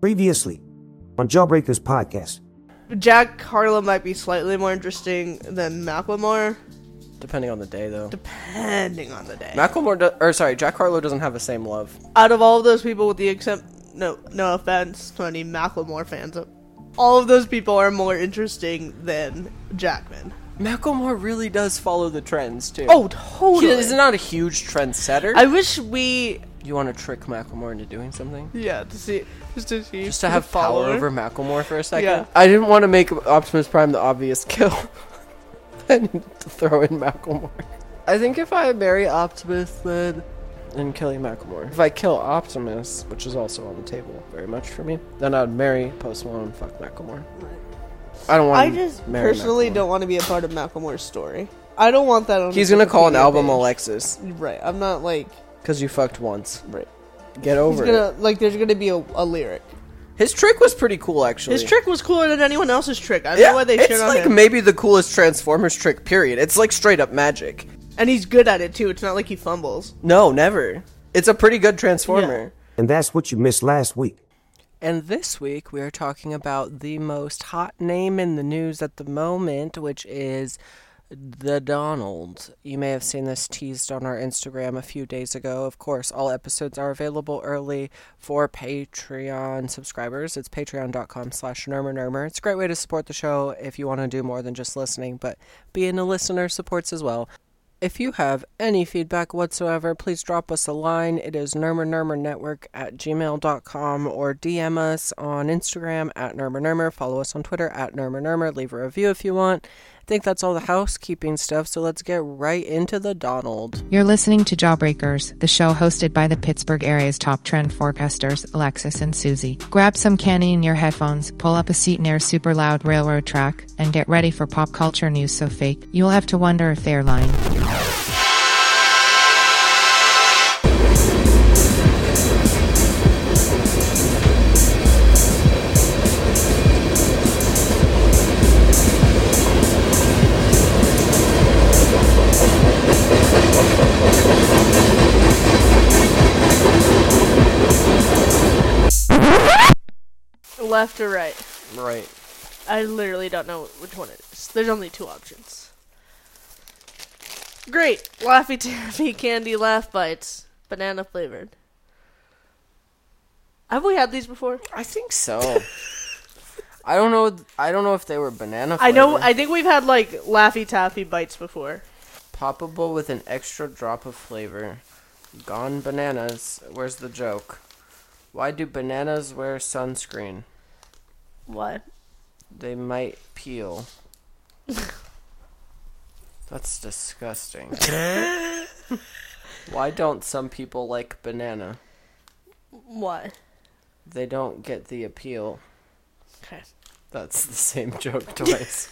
Previously on Jawbreakers Podcast. Jack Harlow might be slightly more interesting than Macklemore, Depending on the day, though. depending on the day. Macklemore, do- or sorry, Jack Harlow doesn't have the same love. Out of all of those people, with the except no no offense to any Macklemore fans, all of those people are more interesting than Jackman. Macklemore really does follow the trends too. Oh, totally. he is not a huge trendsetter. I wish we you want to trick Macklemore into doing something? yeah to see just to see Just to have the power follower. over Macklemore for a second. Yeah. I didn't want to make Optimus Prime the obvious kill. I needed to throw in Macklemore. I think if I marry Optimus, then and killing Macklemore. If I kill Optimus, which is also on the table very much for me, then I'd marry Post Malone and fuck Macklemore. I don't want. I just personally don't want to be a part of Macklemore's story. I don't want that on. He's his gonna call an Wikipedia album page. Alexis Right. I'm not like because you fucked once. right. Get He's over it. gonna like. There's gonna be a, a lyric. His trick was pretty cool, actually. His trick was cooler than anyone else's trick. I don't Yeah, know why they shit it's on like him. maybe the coolest Transformers trick. Period. It's like straight up magic. and he's good at it too. It's not like he fumbles. No, never. It's a pretty good Transformer. And that's what you missed last week. And this week we are talking about the most hot name in the news at the moment, which is the Donald. You may have seen this teased on our Instagram a few days ago. Of course, all episodes are available early for Patreon subscribers. It's patreon.com slash nurmer. It's a great way to support the show if you want to do more than just listening, but being a listener supports as well. If you have any feedback whatsoever, please drop us a line. It is Network at gmail.com or DM us on Instagram at nurmernurmer. Follow us on Twitter at nurmernurmer. Leave a review if you want. I think that's all the housekeeping stuff, so let's get right into the Donald. You're listening to Jawbreakers, the show hosted by the Pittsburgh area's top trend forecasters, Alexis and Susie. Grab some candy in your headphones, pull up a seat near a super loud railroad track, and get ready for pop culture news so fake you'll have to wonder if they're lying. Left or right? Right. I literally don't know which one it is. There's only two options. Great Laffy Taffy candy laugh bites, banana flavored. Have we had these before? I think so. I don't know I don't know if they were banana I know. I think we've had like Laffy Taffy bites before. poppable with an extra drop of flavor. Gone bananas. Where's the joke? Why do bananas wear sunscreen? What? They might peel. That's disgusting. Why don't some people like banana? What? They don't get the appeal. Okay. That's the same joke twice.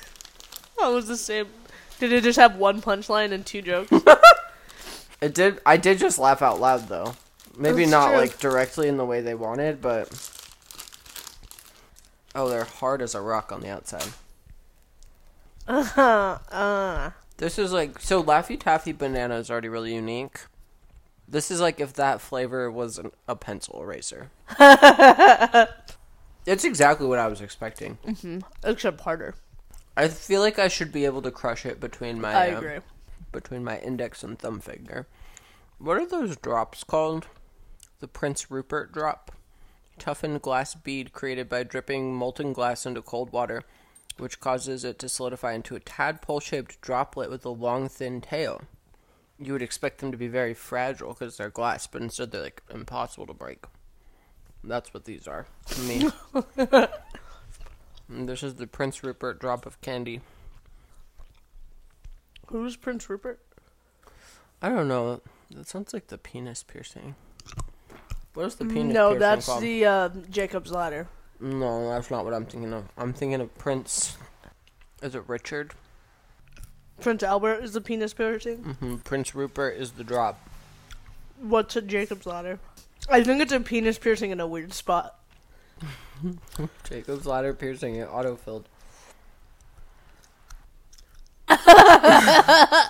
That was the same. Did it just have one punchline and two jokes? it did I did just laugh out loud though. Maybe That's not true. like directly in the way they wanted, but Oh, they're hard as a rock on the outside. uh, uh. This is like so Laffy Taffy banana is already really unique. This is like if that flavor was an, a pencil eraser. it's exactly what I was expecting. Except harder. I feel like I should be able to crush it between my I um, agree. between my index and thumb finger. What are those drops called? The Prince Rupert drop. Toughened glass bead created by dripping molten glass into cold water, which causes it to solidify into a tadpole shaped droplet with a long, thin tail. You would expect them to be very fragile because they're glass, but instead they're like impossible to break. That's what these are to me. And this is the Prince Rupert drop of candy. Who's Prince Rupert? I don't know. That sounds like the penis piercing. What is the penis no, piercing that's called? the um, Jacob's Ladder. No, that's not what I'm thinking of. I'm thinking of Prince. Is it Richard? Prince Albert is the penis piercing. hmm Prince Rupert is the drop. What's a Jacob's Ladder? I think it's a penis piercing in a weird spot. Jacob's ladder piercing. It autofilled.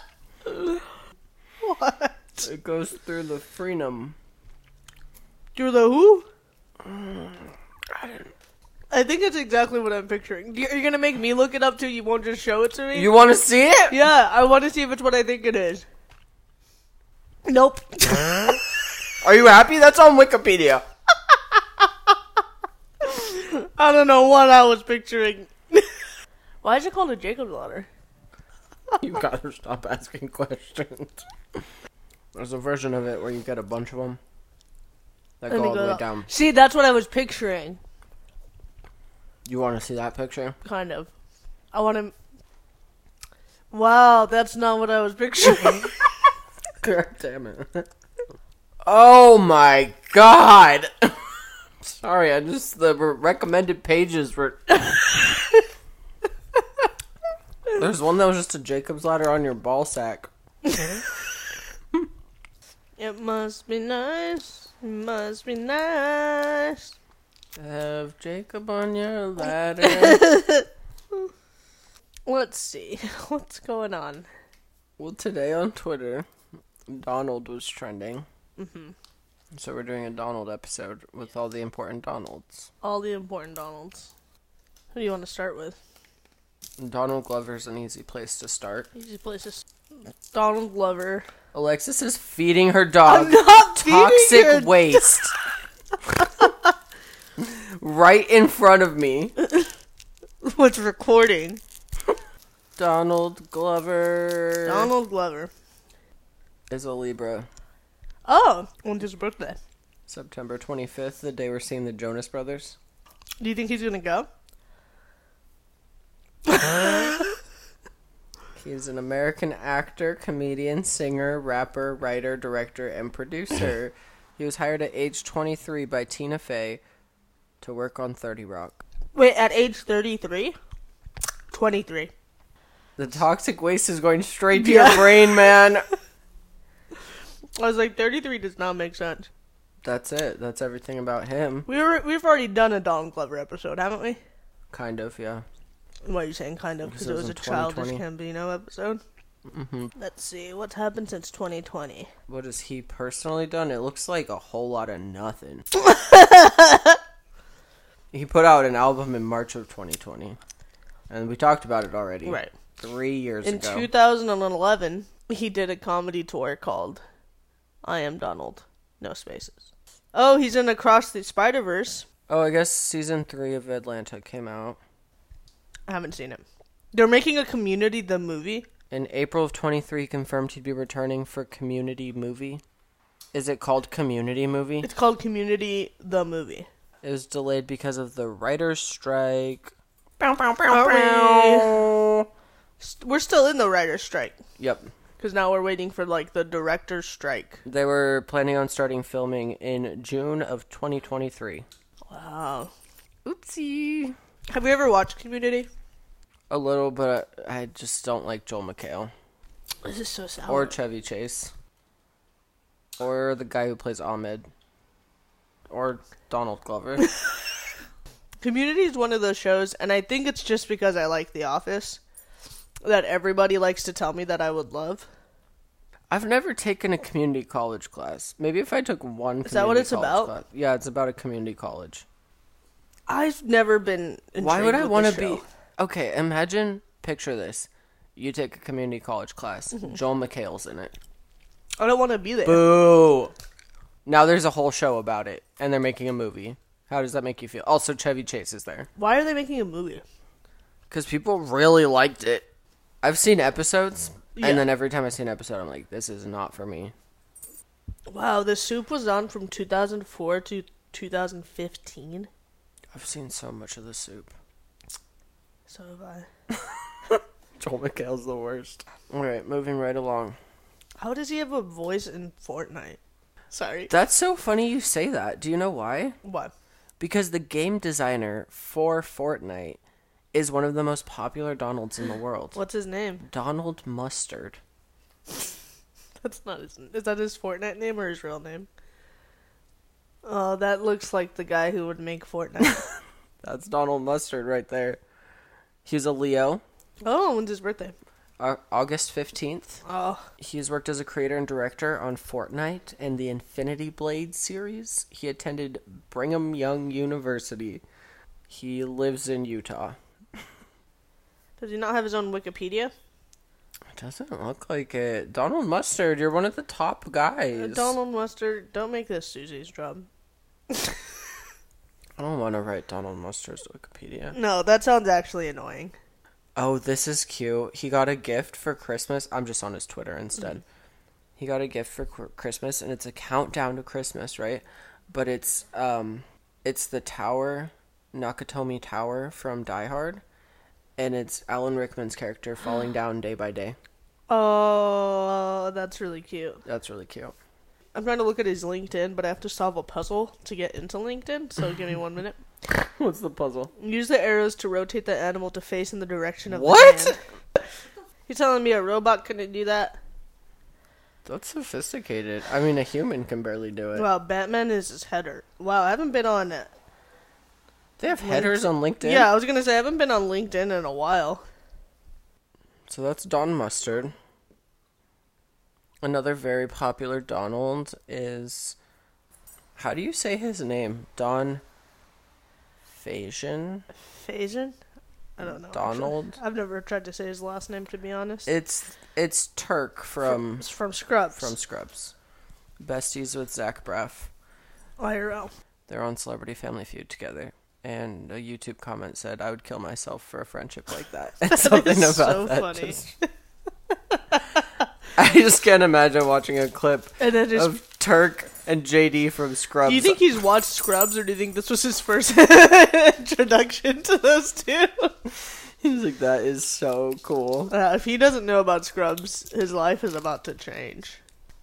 what? It goes through the frenum. Through the who? I didn't. I think that's exactly what I'm picturing. You're, you're gonna make me look it up too. You won't just show it to me. You want to see it? yeah, I want to see if it's what I think it is. Nope. Are you happy? That's on Wikipedia. I don't know what I was picturing. Why is it called a Jacob's ladder? You gotta stop asking questions. There's a version of it where you get a bunch of them that Let go me all go the way up. down. See, that's what I was picturing, You want to see that picture? kind of. I want to. Wow, that's not what I was picturing. God damn it. Oh my god! Sorry, I just. The re- recommended pages were. There's one that was just a Jacob's ladder on your ball sack. it must be nice. It must be nice. Have Jacob on your ladder. Let's see what's going on. well, today on Twitter, Donald was trending. Mm-hmm. So we're doing a Donald episode with all the important Donalds. All the important Donalds. Who do you want to start with? Donald Glover's an easy place to start. Easy places. Donald Glover. Uh, Alexis is feeding her dog. not toxic waste right in front of me. What's recording? Donald Glover Donald Glover. is a Libra. Oh, when's his birthday? September 25th, the day we're seeing the Jonas Brothers. Do you think he's gonna go? He is an American actor, comedian, singer, rapper, writer, director, and producer. he was hired at age 23 by Tina Fey to work on 30 Rock. Wait, at age 33? 23. The toxic waste is going straight to Yeah. your brain, man. I was like, 33 does not make sense. That's it. That's everything about him. We were, we've already done a Donald Glover episode, haven't we? Kind of, yeah. What are you saying, kind of? Because Because it it was a was childish in Gambino episode. Let's see, what's happened since 2020? What has he personally done? It looks like a whole lot of nothing. he put out an album in March of 2020, and we talked about it already. Right. Three years In ago. 2011, he did a comedy tour called I Am Donald. No spaces. Oh, he's in Across the Spider Verse. oh, I guess season three of Atlanta came out. I haven't seen it. They're making a community the movie. In April of 23, he confirmed he'd be returning for Community Movie. Is it called Community Movie? It's called Community the Movie. It was delayed because of the writer's strike. Are we... St- We're still in the writer's strike Yep. because now we're waiting for like the director's strike. They were planning on starting filming in June of 2023. Wow. Oopsie. Oh. Have you ever watched Community? A little, but I I just don't like Joel McHale This is so sour. or Chevy Chase or the guy who plays Ahmed or Donald Glover. Community is one of those shows, and I think it's just because I like The Office that everybody likes to tell me that I would love. I've never taken a community college class. Maybe if I took one. Is that what it's about? Yeah, it's about a community college. I've never been. Why would I want to be? Okay, imagine, picture this: you take a community college class. Mm-hmm. Joel McHale's in it. I don't want to be there. Boo. Now there's a whole show about it, and they're making a movie. How does that make you feel? Also, Chevy Chase is there. Why are they making a movie? because people really liked it. I've seen episodes, Yeah. and then every time I see an episode, I'm like, this is not for me. Wow, the soup was on from 2004 to 2015. I've seen so much of the soup. So have I. Joel McHale's the worst. All right, moving right along. How does he have a voice in Fortnite? Sorry. That's so funny you say that. Do you know why? What? Because the game designer for Fortnite is one of the most popular Donalds in the world. What's his name? Donald Mustard. That's not his. Is that his Fortnite name or his real name? Oh, that looks like the guy who would make Fortnite. That's Donald Mustard right there. He's a Leo. oh, when's his birthday? Au- August 15th. Oh, He's worked as a creator and director on Fortnite and the Infinity Blade series. He attended Brigham Young University. He lives in Utah. does he not have his own Wikipedia? It doesn't look like it. Donald Mustard, you're one of the top Uh, guys. Donald Mustard, don't make this Susie's job. I don't want to write Donald Mustard's Wikipedia. No, that sounds actually annoying. Oh, this is cute. He got a gift for Christmas. I'm just on his Twitter instead. He got a gift for Qu- Christmas, and it's a countdown to Christmas, right? But it's um, it's the tower, Nakatomi Tower from Die Hard, and it's Alan Rickman's character falling down day by day. Oh, that's really cute. That's really cute. I'm trying to look at his LinkedIn, but I have to solve a puzzle to get into LinkedIn, so give me one minute. What's the puzzle? Use the arrows to rotate the animal to face in the direction of What? the hand. You telling me a robot couldn't do that? That's sophisticated. I mean, a human can barely do it. Wow, Batman is his header. Wow, I haven't been on. it. They have headers on LinkedIn. Yeah, I was gonna say I haven't been on LinkedIn in a while. So that's Don Mustard. Another very popular Donald is. How do you say his name? Don. Fasion? Faison? I don't know. actually. Donald? I've never tried to say his last name to be honest. It's it's Turk from it's from Scrubs. from Scrubs. Besties with Zach Braff. IRL. They're on Celebrity Family Feud together. And a YouTube comment said, "I would kill myself for a friendship like that." And something about is so that. funny. just- I just can't imagine watching a clip And then just of Turk and JD from Scrubs. Do you think he's watched Scrubs, or do you think this was his first introduction to those two? he's like that is so cool? Uh, if he doesn't know about Scrubs, his life is about to change.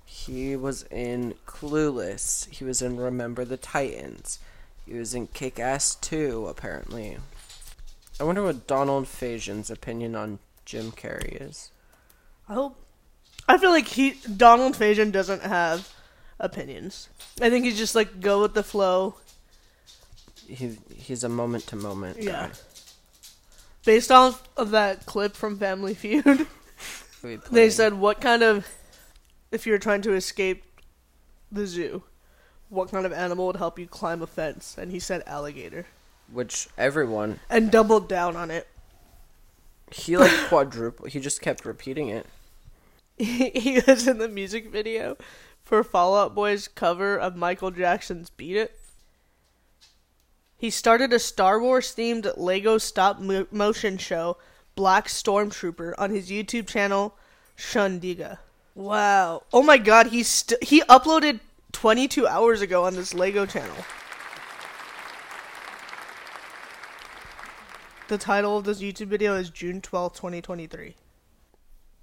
He was in Clueless. He was in Remember the Titans. He was in Kick Ass 2, apparently. I wonder what Donald Fagen's opinion on Jim Carrey is. I hope. I feel like he Donald Fagen doesn't have opinions. I think he's just like go with the flow. He he's a moment to moment Yeah. guy. Based off of that clip from Family Feud, We they played- said what kind of if you're trying to escape the zoo, what kind of animal would help you climb a fence? And he said alligator which everyone and doubled down on it. he like quadruple. He just kept repeating it. he he was in the music video for Fall Out Boy's cover of Michael Jackson's Beat It. He started a Star Wars themed Lego stop mo- motion show, Black Stormtrooper, on his YouTube channel, Shundiga. Wow. Oh my god, he st- he uploaded 22 hours ago on this Lego channel. The title of this YouTube video is June twelfth, twenty 2023.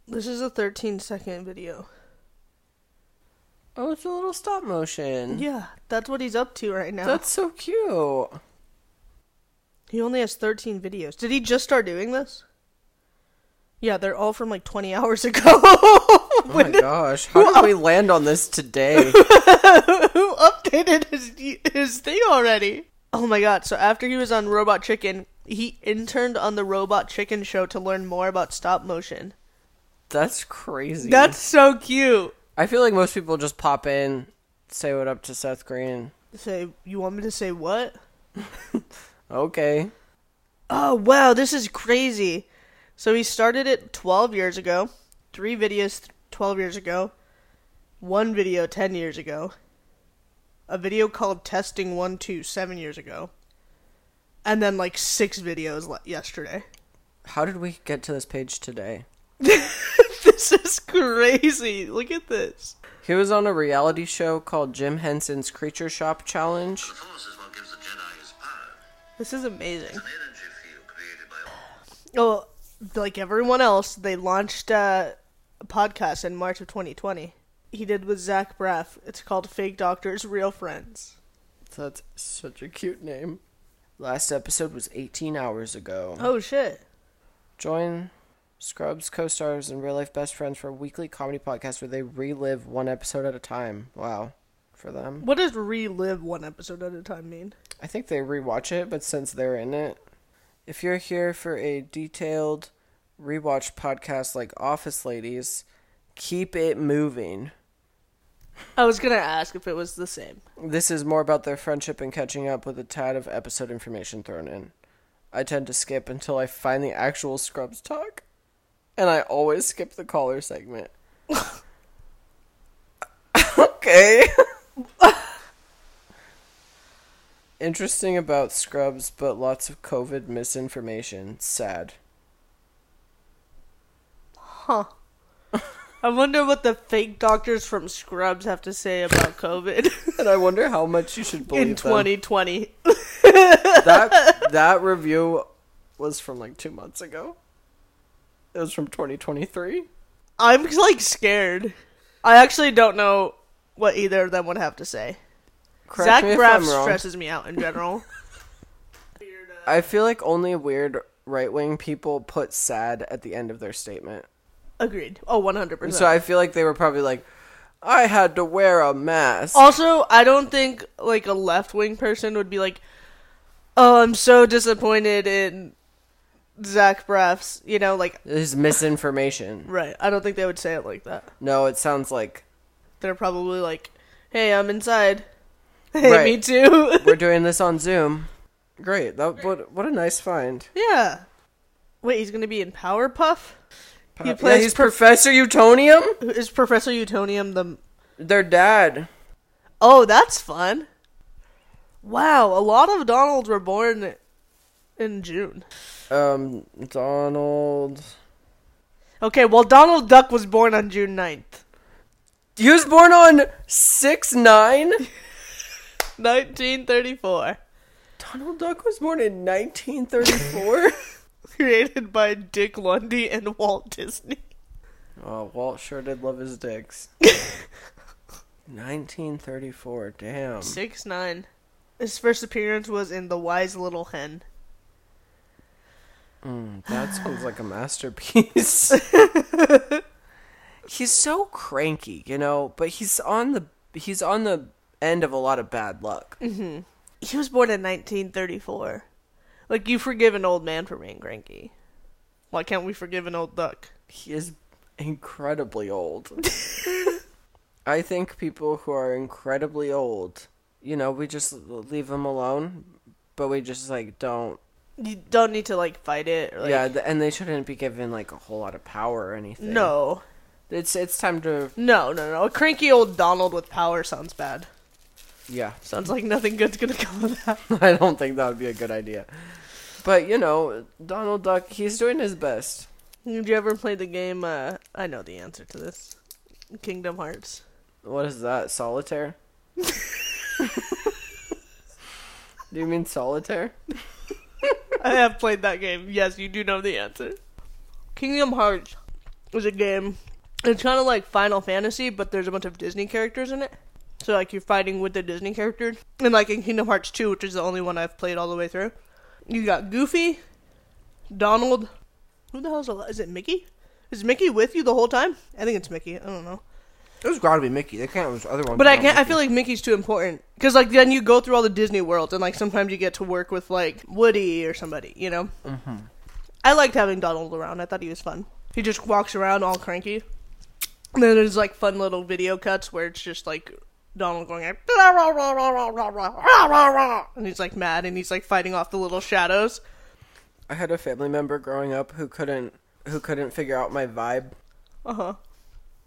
This is a 13 second video. Oh, it's a little stop motion. Yeah, that's what he's up to right now. That's so cute. He only has 13 videos. Did he just start doing this? Yeah, they're all from like 20 hours ago. Oh my gosh, how did we land on this Who today? updated his his thing already? Oh my god, so after he was on Robot Chicken, he interned on the Robot Chicken show to learn more about stop motion. That's crazy. That's so cute. I feel like most people just pop in, say what up to Seth Green. Say, you want me to say what? Okay. Oh wow, this is crazy. So he started it 12 years ago, three videos th- 12 years ago, one video 10 years ago, a video called Testing One Two Seven years ago, and then like six videos le- yesterday. How did we get to this page today? This is crazy. Look at this. He was on a reality show called Jim Henson's Creature Shop Challenge. The Force is what gives the Jedi his power. This is amazing. An energy field created by Oh, like everyone else, they launched uh, a podcast in March of 2020. He did with Zach Braff. It's called Fake Doctors, Real Friends. That's such a cute name. Last episode was 18 hours ago. Oh shit. Join Scrubs co stars and real life best friends for a weekly comedy podcast where they relive one episode at a time. Wow. For them. What does relive one episode at a time mean? I think they rewatch it, but since they're in it, if you're here for a detailed rewatch podcasts like Office Ladies, keep it moving. I was gonna ask if it was the same. This is more about their friendship and catching up with a tad of episode information thrown in. I tend to skip until I find the actual Scrubs talk, and I always skip the caller segment. okay. Interesting about Scrubs, but lots of COVID misinformation. Sad. I wonder what the fake doctors from Scrubs have to say about COVID And I wonder how much you should believe in them. 2020. that that review was from like two months ago. It was from 2023. I'm like scared. I actually don't know what either of them would have to say. Correct Zach me if Braff I'm wrong. stresses me out in general. I feel like only weird right wing people put sad at the end of their statement. Agreed. Oh, 100%. So I feel like they were probably like, I had to wear a mask. also, I don't think like a left wing person would be like, "Oh, I'm so disappointed in Zach Braff's," you know, like This is misinformation. right. I don't think they would say it like that. No, it sounds like They're probably like, "Hey, I'm inside." Hey, Right. me too. we're doing this on Zoom. Great. That what what a nice find. yeah. Wait, he's gonna be in Powerpuff. Yeah, He plays he's Professor Utonium? Is Professor Utonium the? Their dad. Oh, that's fun. Wow, a lot of Donalds were born in June. Um Donald Okay, well, Donald Duck was born on June 9th. He was born on six nine. 1934. Donald Duck was born in 1934. Created by Dick Lundy and Walt Disney. oh, Walt sure did love his dicks. 1934. Damn. 6 9. His first appearance was in The Wise Little Hen. Mm, That sounds like a masterpiece. he's so cranky, you know, but he's on the he's on the end of a lot of bad luck. He was born in 1934. Like, you forgive an old man for being cranky. Why can't we forgive an old duck? He is incredibly old. I think people who are incredibly old, you know, we just leave them alone, but we just like don't. You don't need to, like, fight it. Or, like, yeah, th- and they shouldn't be given like a whole lot of power or anything. No. it's it's time to No, no, no. A cranky old Donald with power sounds bad. yeah. Sounds like nothing good's gonna come of that. I don't think that would be a good idea. But you know, Donald Duck, he's doing his best. Did you ever play the game? Uh, I know the answer to this. Kingdom Hearts. What is that? Solitaire? Do you mean solitaire? I have played that game. Yes, you do know the answer. Kingdom Hearts is a game. It's kind of like Final Fantasy, but there's a bunch of Disney characters in it. So like you're fighting with the Disney characters, and like in Kingdom Hearts 2, which is the only one I've played all the way through, you got Goofy, Donald. Who the hell's al- is it? Mickey? Is Mickey with you the whole time? I think it's Mickey. I don't know. There's gotta be Mickey. They can't lose other ones. But I can't. I feel like Mickey's too important because like then you go through all the Disney worlds and like sometimes you get to work with like Woody or somebody. You know. I liked having Donald around. I thought he was fun. He just walks around all cranky. And then there's like fun little video cuts where it's just like Donald going like, "Rah, rah, rah, rah, rah, rah, rah, rah, rah, rah," and he's like mad and he's like fighting off the little shadows. I had a family member growing up who couldn't who couldn't figure out my vibe. Uh huh.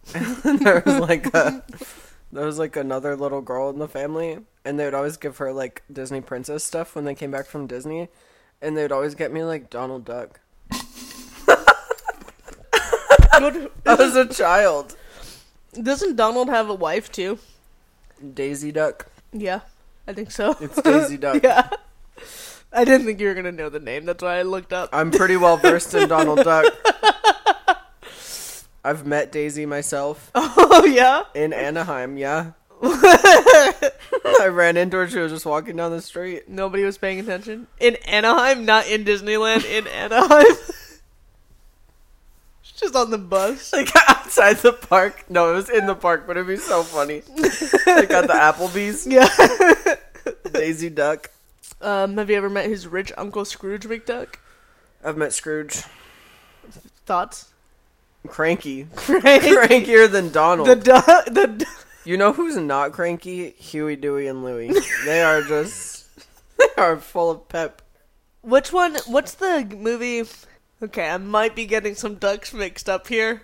there was like a there was like another little girl in the family and they would always give her like Disney princess stuff when they came back from Disney and they would always get me like Donald Duck. Good. I was a child. Doesn't Donald have a wife too? Daisy Duck. Yeah, I think so. It's Daisy Duck. yeah. I didn't think you were gonna know the name. That's why I looked up. I'm pretty well versed in Donald Duck. I've met Daisy myself Oh yeah. in Anaheim, yeah. I ran into her, she was just walking down the street. Nobody was paying attention in Anaheim, not in Disneyland. In Anaheim, She's just on the bus. Like outside the park. No, it was in the park, but it'd be so funny. like at the Applebee's. Yeah. Daisy Duck. Um, have you ever met his rich uncle Scrooge McDuck? I've met Scrooge. Thoughts? Cranky. Cranky. Crankier than Donald. The du- the du- you know who's not cranky? Huey, Dewey, and Louie. they are just. They are full of pep. which one? What's the movie? Okay, I might be getting some ducks mixed up here.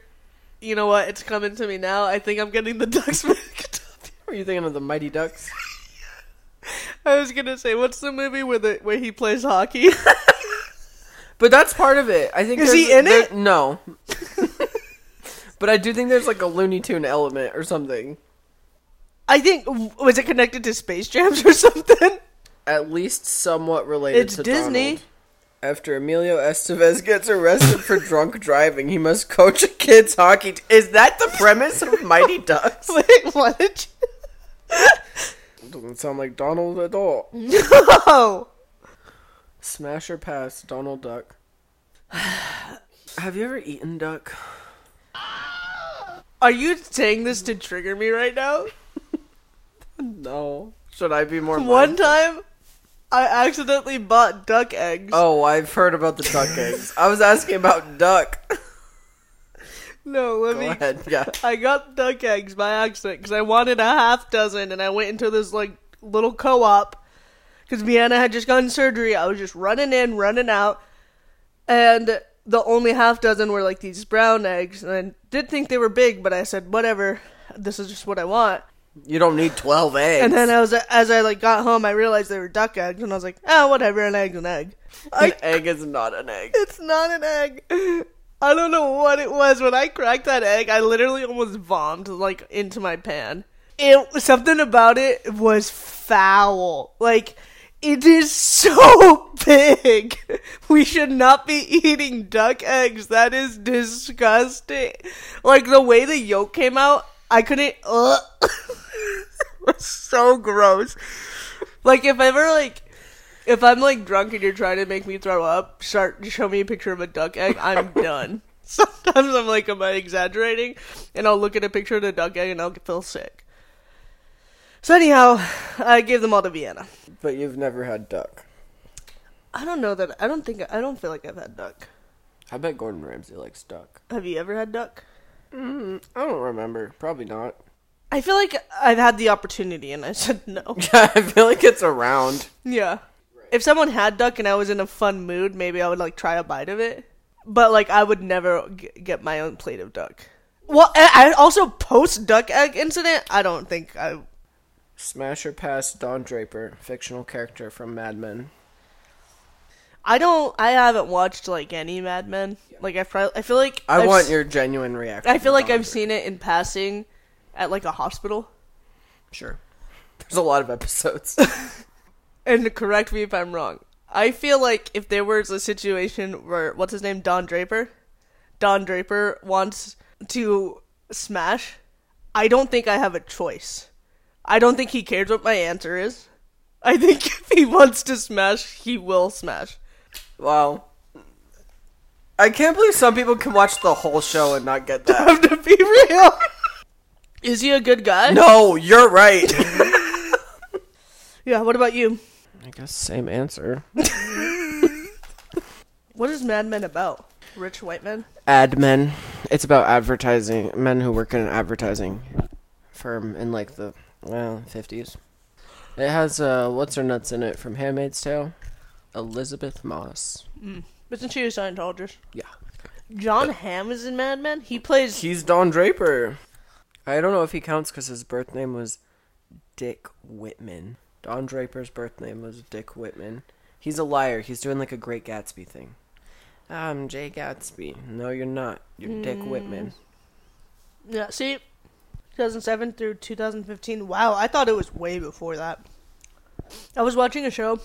You know what? It's coming to me now. I think I'm getting the ducks mixed up. Are you thinking of the Mighty Ducks? I was gonna say, what's the movie where the where he plays hockey? But that's part of it. I think Is there's- he in there- it? No. but I do think there's like a Looney Tune element or something. I think was it connected to Space Jams or something? At least somewhat related. It's to Disney. Donald. After Emilio Estevez gets arrested for drunk driving, he must coach a kid's hockey. T- Is that the premise of Mighty Ducks? Wait, what? Did Doesn't sound like Donald at all. you- no. Smash or pass, Donald Duck. Have you ever eaten duck? Are you saying this to trigger me right now? No. Should I be more One mindful? time, I accidentally bought duck eggs. Oh, I've heard about the duck eggs. I was asking about duck. no, let Go me. ahead. Yeah. I got duck eggs by accident because I wanted a half dozen, and I went into this like little co-op because Vienna had just gotten surgery. I was just running in, running out, and the only half dozen were like these brown eggs, and I did think they were big, but I said whatever. This is just what I want. You don't need 12 eggs. And then I was as I like got home, I realized they were duck eggs, and I was like, ah, whatever, an egg's an egg. an egg is not an egg. It's not an egg. I don't know what it was when I cracked that egg. I literally almost vomited like into my pan. It something about it was foul. Like it is so big. We should not be eating duck eggs. That is disgusting. Like the way the yolk came out, I couldn't. Ugh. it was so gross. Like if ever like if I'm like drunk and you're trying to make me throw up, start show me a picture of a duck egg. I'm done. Sometimes I'm like, am I exaggerating? And I'll look at a picture of the duck egg and I'll feel sick. So anyhow, I gave them all to Vienna. But you've never had duck. I don't know that. I don't think. I don't feel like I've had duck. I bet Gordon Ramsay likes duck. Have you ever had duck? I don't remember. Probably not. I feel like I've had the opportunity and I said no. Yeah, I feel like it's around. Yeah. If someone had duck and I was in a fun mood, maybe I would like try a bite of it. But like I would never g- get my own plate of duck. Well, I I also post duck egg incident. I don't think I. Smash or pass Don Draper, fictional character from Mad Men. I don't. I haven't watched like any Mad Men. Like I probably. I feel like I I've want s- your genuine reaction. I feel to like Don I've seen it in passing, at like a hospital. Draper. Sure. There's a lot of episodes. And correct me if I'm wrong. I feel like if there was a situation where what's his name, Don Draper, Don Draper wants to smash, I don't think I have a choice. I don't think he cares what my answer is. I think if he wants to smash, he will smash. wow. I can't believe some people can watch the whole show and not get that. Have to be real. Is he a good guy? No, you're right. Yeah. What about you? I guess same answer. What is Mad Men about? Rich white men. ad men. It's about advertising, men who work in an advertising firm in like the well fifties. It has uh, what's her nuts in it from *Handmaid's Tale*. Elizabeth Moss. Isn't she a Scientologist? Yeah, John Hamm is in Mad Men. He plays. he's Don Draper. I don't know if he counts because his birth name was Dick Whitman. Don Draper's birth name was Dick Whitman. He's a liar. He's doing like a Great Gatsby thing. I'm Jay Gatsby. No, you're not. You're Dick Whitman. Yeah, see, 2007 through 2015. Wow, I thought it was way before that. I was watching a show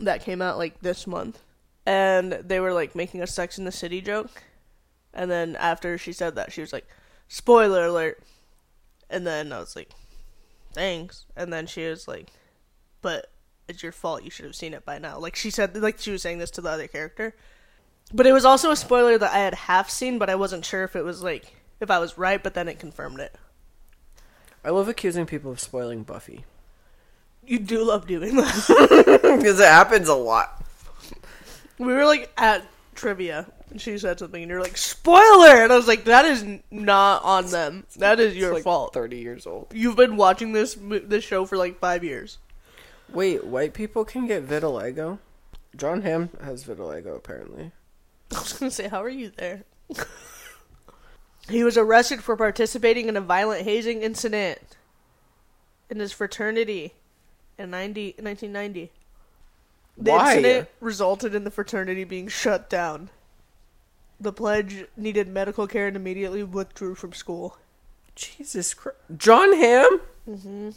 that came out like this month, and they were like making a Sex in the City joke, and then after she said that, she was like, "Spoiler alert," and then I was like, "Thanks," and then she was like, "But it's your fault. You should have seen it by now." Like she said, like she was saying this to the other character. But it was also a spoiler that I had half seen, but I wasn't sure if it was like if I was right, but then it confirmed it. I love accusing people of spoiling Buffy. You do love doing that. Because it happens a lot. we were like at trivia And she said something, and you're like, spoiler! And I was like, that is n- not on them. That is your It's like fault. Thirty years old. You've been watching this mo- this show for like five years. Wait, white people can get vitiligo. John Hamm has vitiligo apparently. I was gonna say, how are you there? he was arrested for participating in a violent hazing incident in his fraternity in 90, 1990. The Why? incident resulted in the fraternity being shut down. The pledge needed medical care and immediately withdrew from school. Jesus Christ, John Hamm. Mm-hmm.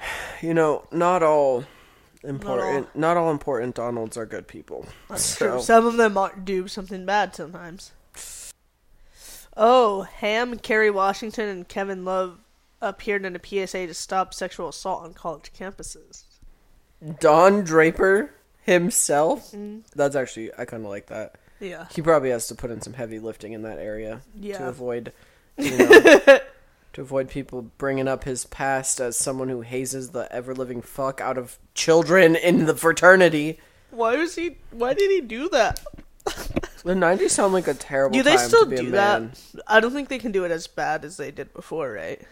You know, not all important. Not all, important Donalds are good people. That's So- true. Some of them are, do something bad sometimes. Oh, Ham, Kerry Washington, and Kevin Love appeared in a PSA to stop sexual assault on college campuses. Don Draper himself. That's actually I kind of like that. Mm-hmm. Yeah. He probably has to put in some heavy lifting in that area to Yeah. avoid, you know, to avoid people bringing up his past as someone who hazes the ever living fuck out of children in the fraternity. Why was he? Why did he do that? The nineties sound like a terrible. Do they time still to be a do man. that? I don't think they can do it as bad as they did before, right?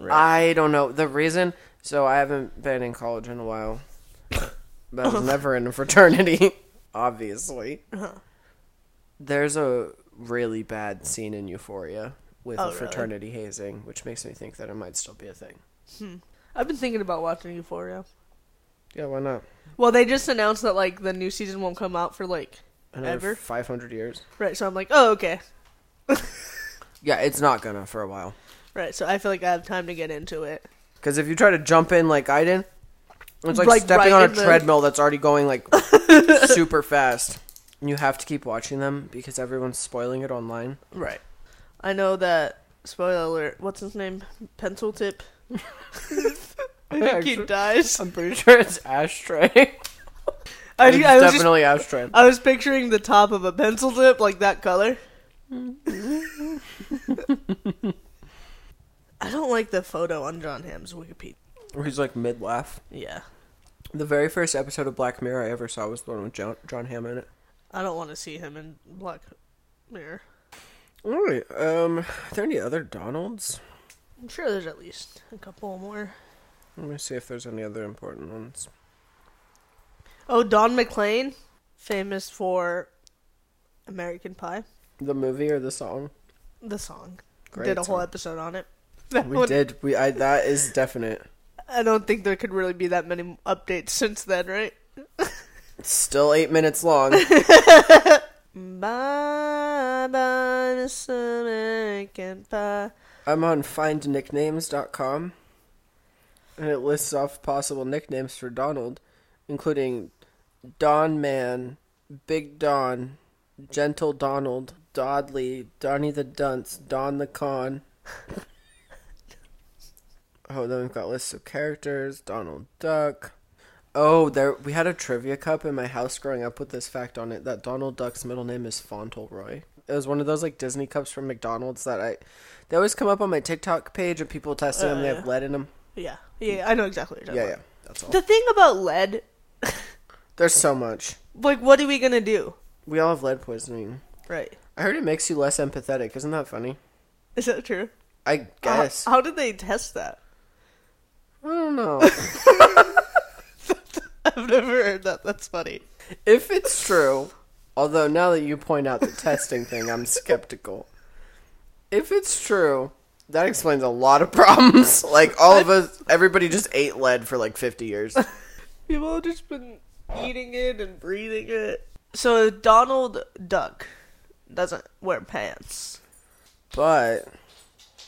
I don't know the reason. So I haven't been in college in a while. But I was never in a fraternity, obviously. Uh-huh. There's a really bad scene in Euphoria with a Oh, really? fraternity hazing, which makes me think that it might still be a thing. I've been thinking about watching Euphoria. Yeah, why not? Well, they just announced that like the new season won't come out for like Another Ever? 500 years. right. So I'm like, oh okay. Yeah, it's not gonna for a while. Right. So I feel like I have time to get into it. Because if you try to jump in like I did, it's like, Like, stepping right on a in the- treadmill that's already going like super fast. And you have to keep watching them because everyone's spoiling it online. Right. I know that. Spoiler alert. What's his name? Pencil Tip. I think he Actually- dies. I'm pretty sure it's ashtray. I, I was it's just- definitely ashtray. I was picturing the top of a pencil tip, like that color. I don't like the photo on John Hamm's Wikipedia. Where he's like mid laugh. Yeah. The very first episode of Black Mirror I ever saw was the one with John, John Hamm in it. I don't want to see him in Black Mirror. All right. Um, are there any other Donalds? I'm sure there's at least a couple more. Let me see if there's any other important ones. Oh, Don McLean, famous for American Pie, The movie or the song? the song. Great did a whole song. episode on it. That We one- did. We I that is definite. I don't think there could really be that many updates since then, right? It's still eight minutes long. Bye bye, Miss American Pie. I'm on findnicknames.com and it lists off possible nicknames for Donald, including Don Man, Big Don, Gentle Donald, Dodley, Donnie the Dunce, Don the Con. oh, then we've got lists of characters Donald Duck. Oh, there we had a trivia cup in my house growing up with this fact on it that Donald Duck's middle name is Fauntleroy. It was one of those like Disney cups from McDonald's that I they always come up on my TikTok page and people testing them. They have lead in them. Yeah, yeah, I know exactly what you're talking Yeah, yeah, about. that's all. The thing about lead, There's so much. like, what are we gonna do? We all have lead poisoning. Right? I heard it makes you less empathetic. Isn't that funny? Is that true? I How- guess. How, did they test that? I don't know. I've never heard that. That's funny. if it's true, although now that you point out the testing thing, I'm skeptical. If it's true, that explains a lot of problems. Like all of us, everybody just ate lead for like 50 years. People have just been eating it and breathing it. So Donald Duck doesn't wear pants. But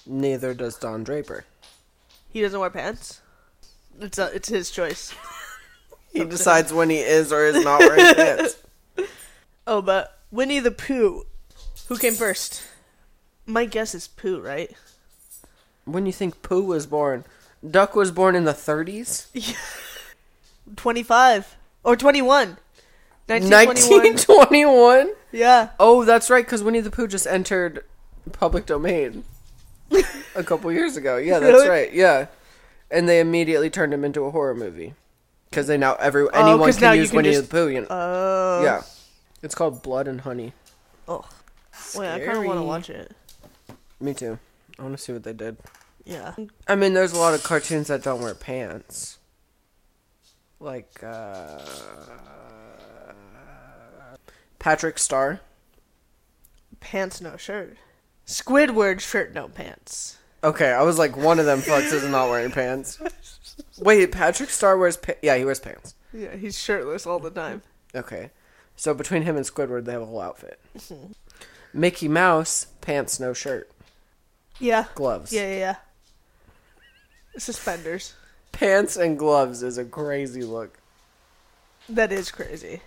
neither does Don Draper. He doesn't wear pants. It's a, it's his choice. He decides when he is or is not wearing pants. Oh, but Winnie the Pooh. Who came first? My guess is Pooh, right? When you think Pooh was born, Duck was born in the 30s? 25 or 21. 1921. 1921? Yeah. Oh, that's right, because Winnie the Pooh just entered public domain a couple years ago. Yeah, that's Really? right. Yeah, and they immediately turned him into a horror movie because they now every anyone Oh, 'cause can now you use can Winnie just- the Pooh. You know? Oh. yeah, it's called Blood and Honey. Oh, wait, I kind of want Scary. to watch it. Me too. I want to see what they did. Yeah. I mean, there's a lot of cartoons that don't wear pants. Like, uh. Patrick Star. Pants, no shirt. Squidward shirt, no pants. Okay, I was like, one of them fucks is not wearing pants. Wait, Patrick Star wears pa- Yeah, he wears pants. Yeah, he's shirtless all the time. Okay. So between him and Squidward, they have a whole outfit. Mickey Mouse, pants, no shirt. Yeah. Gloves. Yeah, yeah, yeah. Suspenders. Pants and gloves is a crazy look. That is crazy.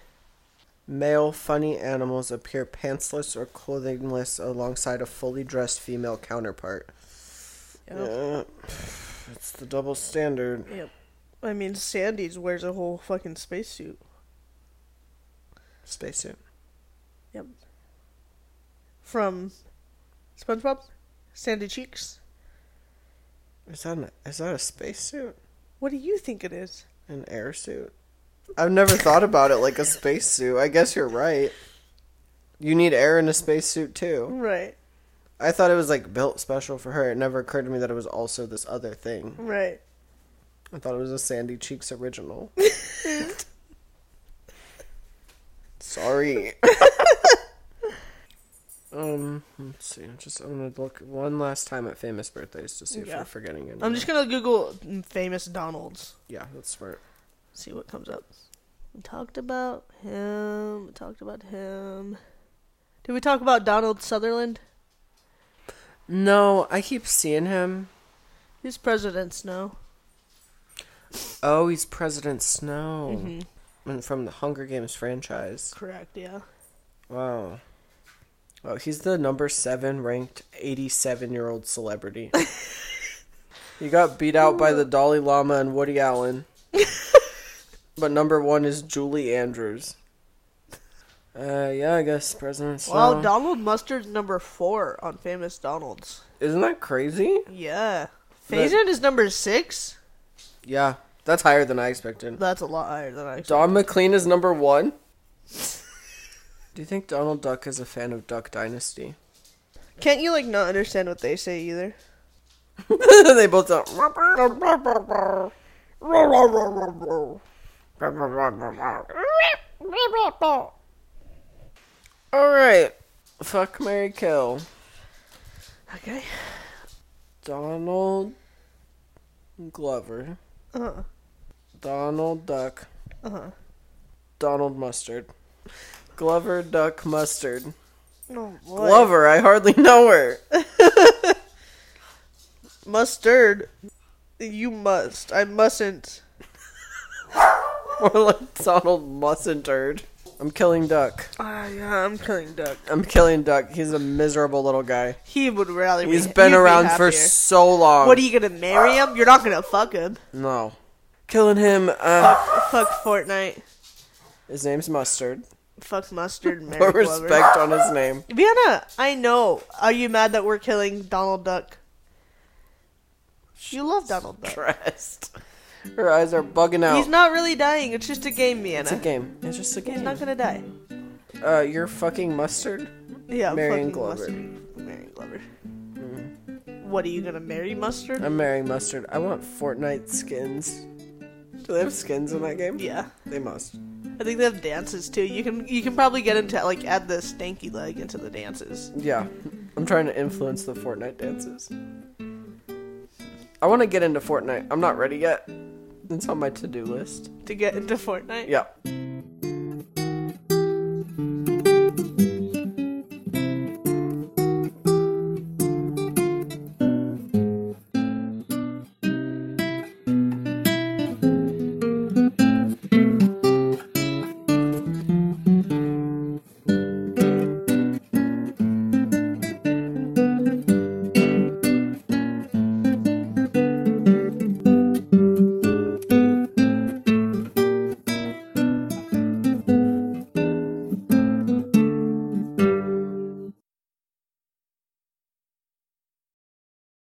Male funny animals appear pantsless or clothingless alongside a fully dressed female counterpart. Yeah. It's the double standard. Yep. I mean, Sandy's wears a whole fucking spacesuit. Spacesuit. Yep. From SpongeBob, Sandy Cheeks. Is that an, is that a spacesuit? What do you think it is? An air suit? I've never thought about it like a spacesuit. I guess you're right. You need air in a spacesuit too. Right, I thought it was like built special for her. It never occurred to me that it was also this other thing. right. I thought it was a Sandy Cheeks original. Sorry. um, let's see. I'm Just I'm gonna look one last time at famous birthdays to see if Yeah. we're forgetting any. I'm just gonna Google famous Donalds. yeah, that's smart. See what comes up. We talked about him. We talked about him. Did we talk about Donald Sutherland? No, I keep seeing him. He's president's no. Oh, he's President Snow, and from the Hunger Games franchise. Correct. Yeah. Wow. Oh, he's the number seven ranked 87 year old celebrity. he got beat out by the Dalai Lama and Woody Allen. but number one is Julie Andrews. Uh, yeah, I guess President Snow. Wow, Donald Mustard's number four on famous Donalds. Isn't that crazy? Yeah. Faison is number six. Yeah, that's higher than I expected. That's a lot higher than I. expected. Don McLean is number one. Do you think Donald Duck is a fan of Duck Dynasty? Can't you like not understand what they say either? they both sound. All right, fuck Mary Kill. Okay. Donald Glover. Uh-huh. Donald Duck. Uh huh. Donald Mustard. Glover Duck Mustard. No. Glover, I hardly know her. Mustard. You must. I mustn't. More like Donald Mustard. I'm killing Duck. Ah, yeah, I'm killing Duck. I'm killing Duck. He's a miserable little guy. He would rather. He's be, been he'd be around for happier. so long. What are you gonna marry him? You're not gonna fuck him. No. Killing him. Uh, Fuck Fortnite. his name's Mustard. Fuck mustard. Marry Put Glover. respect on his name. Vienna, I know. Are you mad that we're killing Donald Duck? You love Donald Duck. Dressed. Her eyes are bugging out. He's not really dying. It's just a game, it's a Vienna. game. It's just a He's game. not gonna die. Uh, you're fucking Mustard. Yeah, fucking Marion Glover. Mm-hmm. Mustard. Marion Glover. What are you gonna marry, Mustard? I'm marrying Mustard. I want Fortnite skins. Do they have skins in that game? yeah, They must. I think they have dances too. You can you can probably get into like add the stanky leg into the dances. Yeah. I'm trying to influence the Fortnite dances. I want to get into Fortnite. I'm not ready yet. It's on my to-do list. to get into Fortnite. Yeah.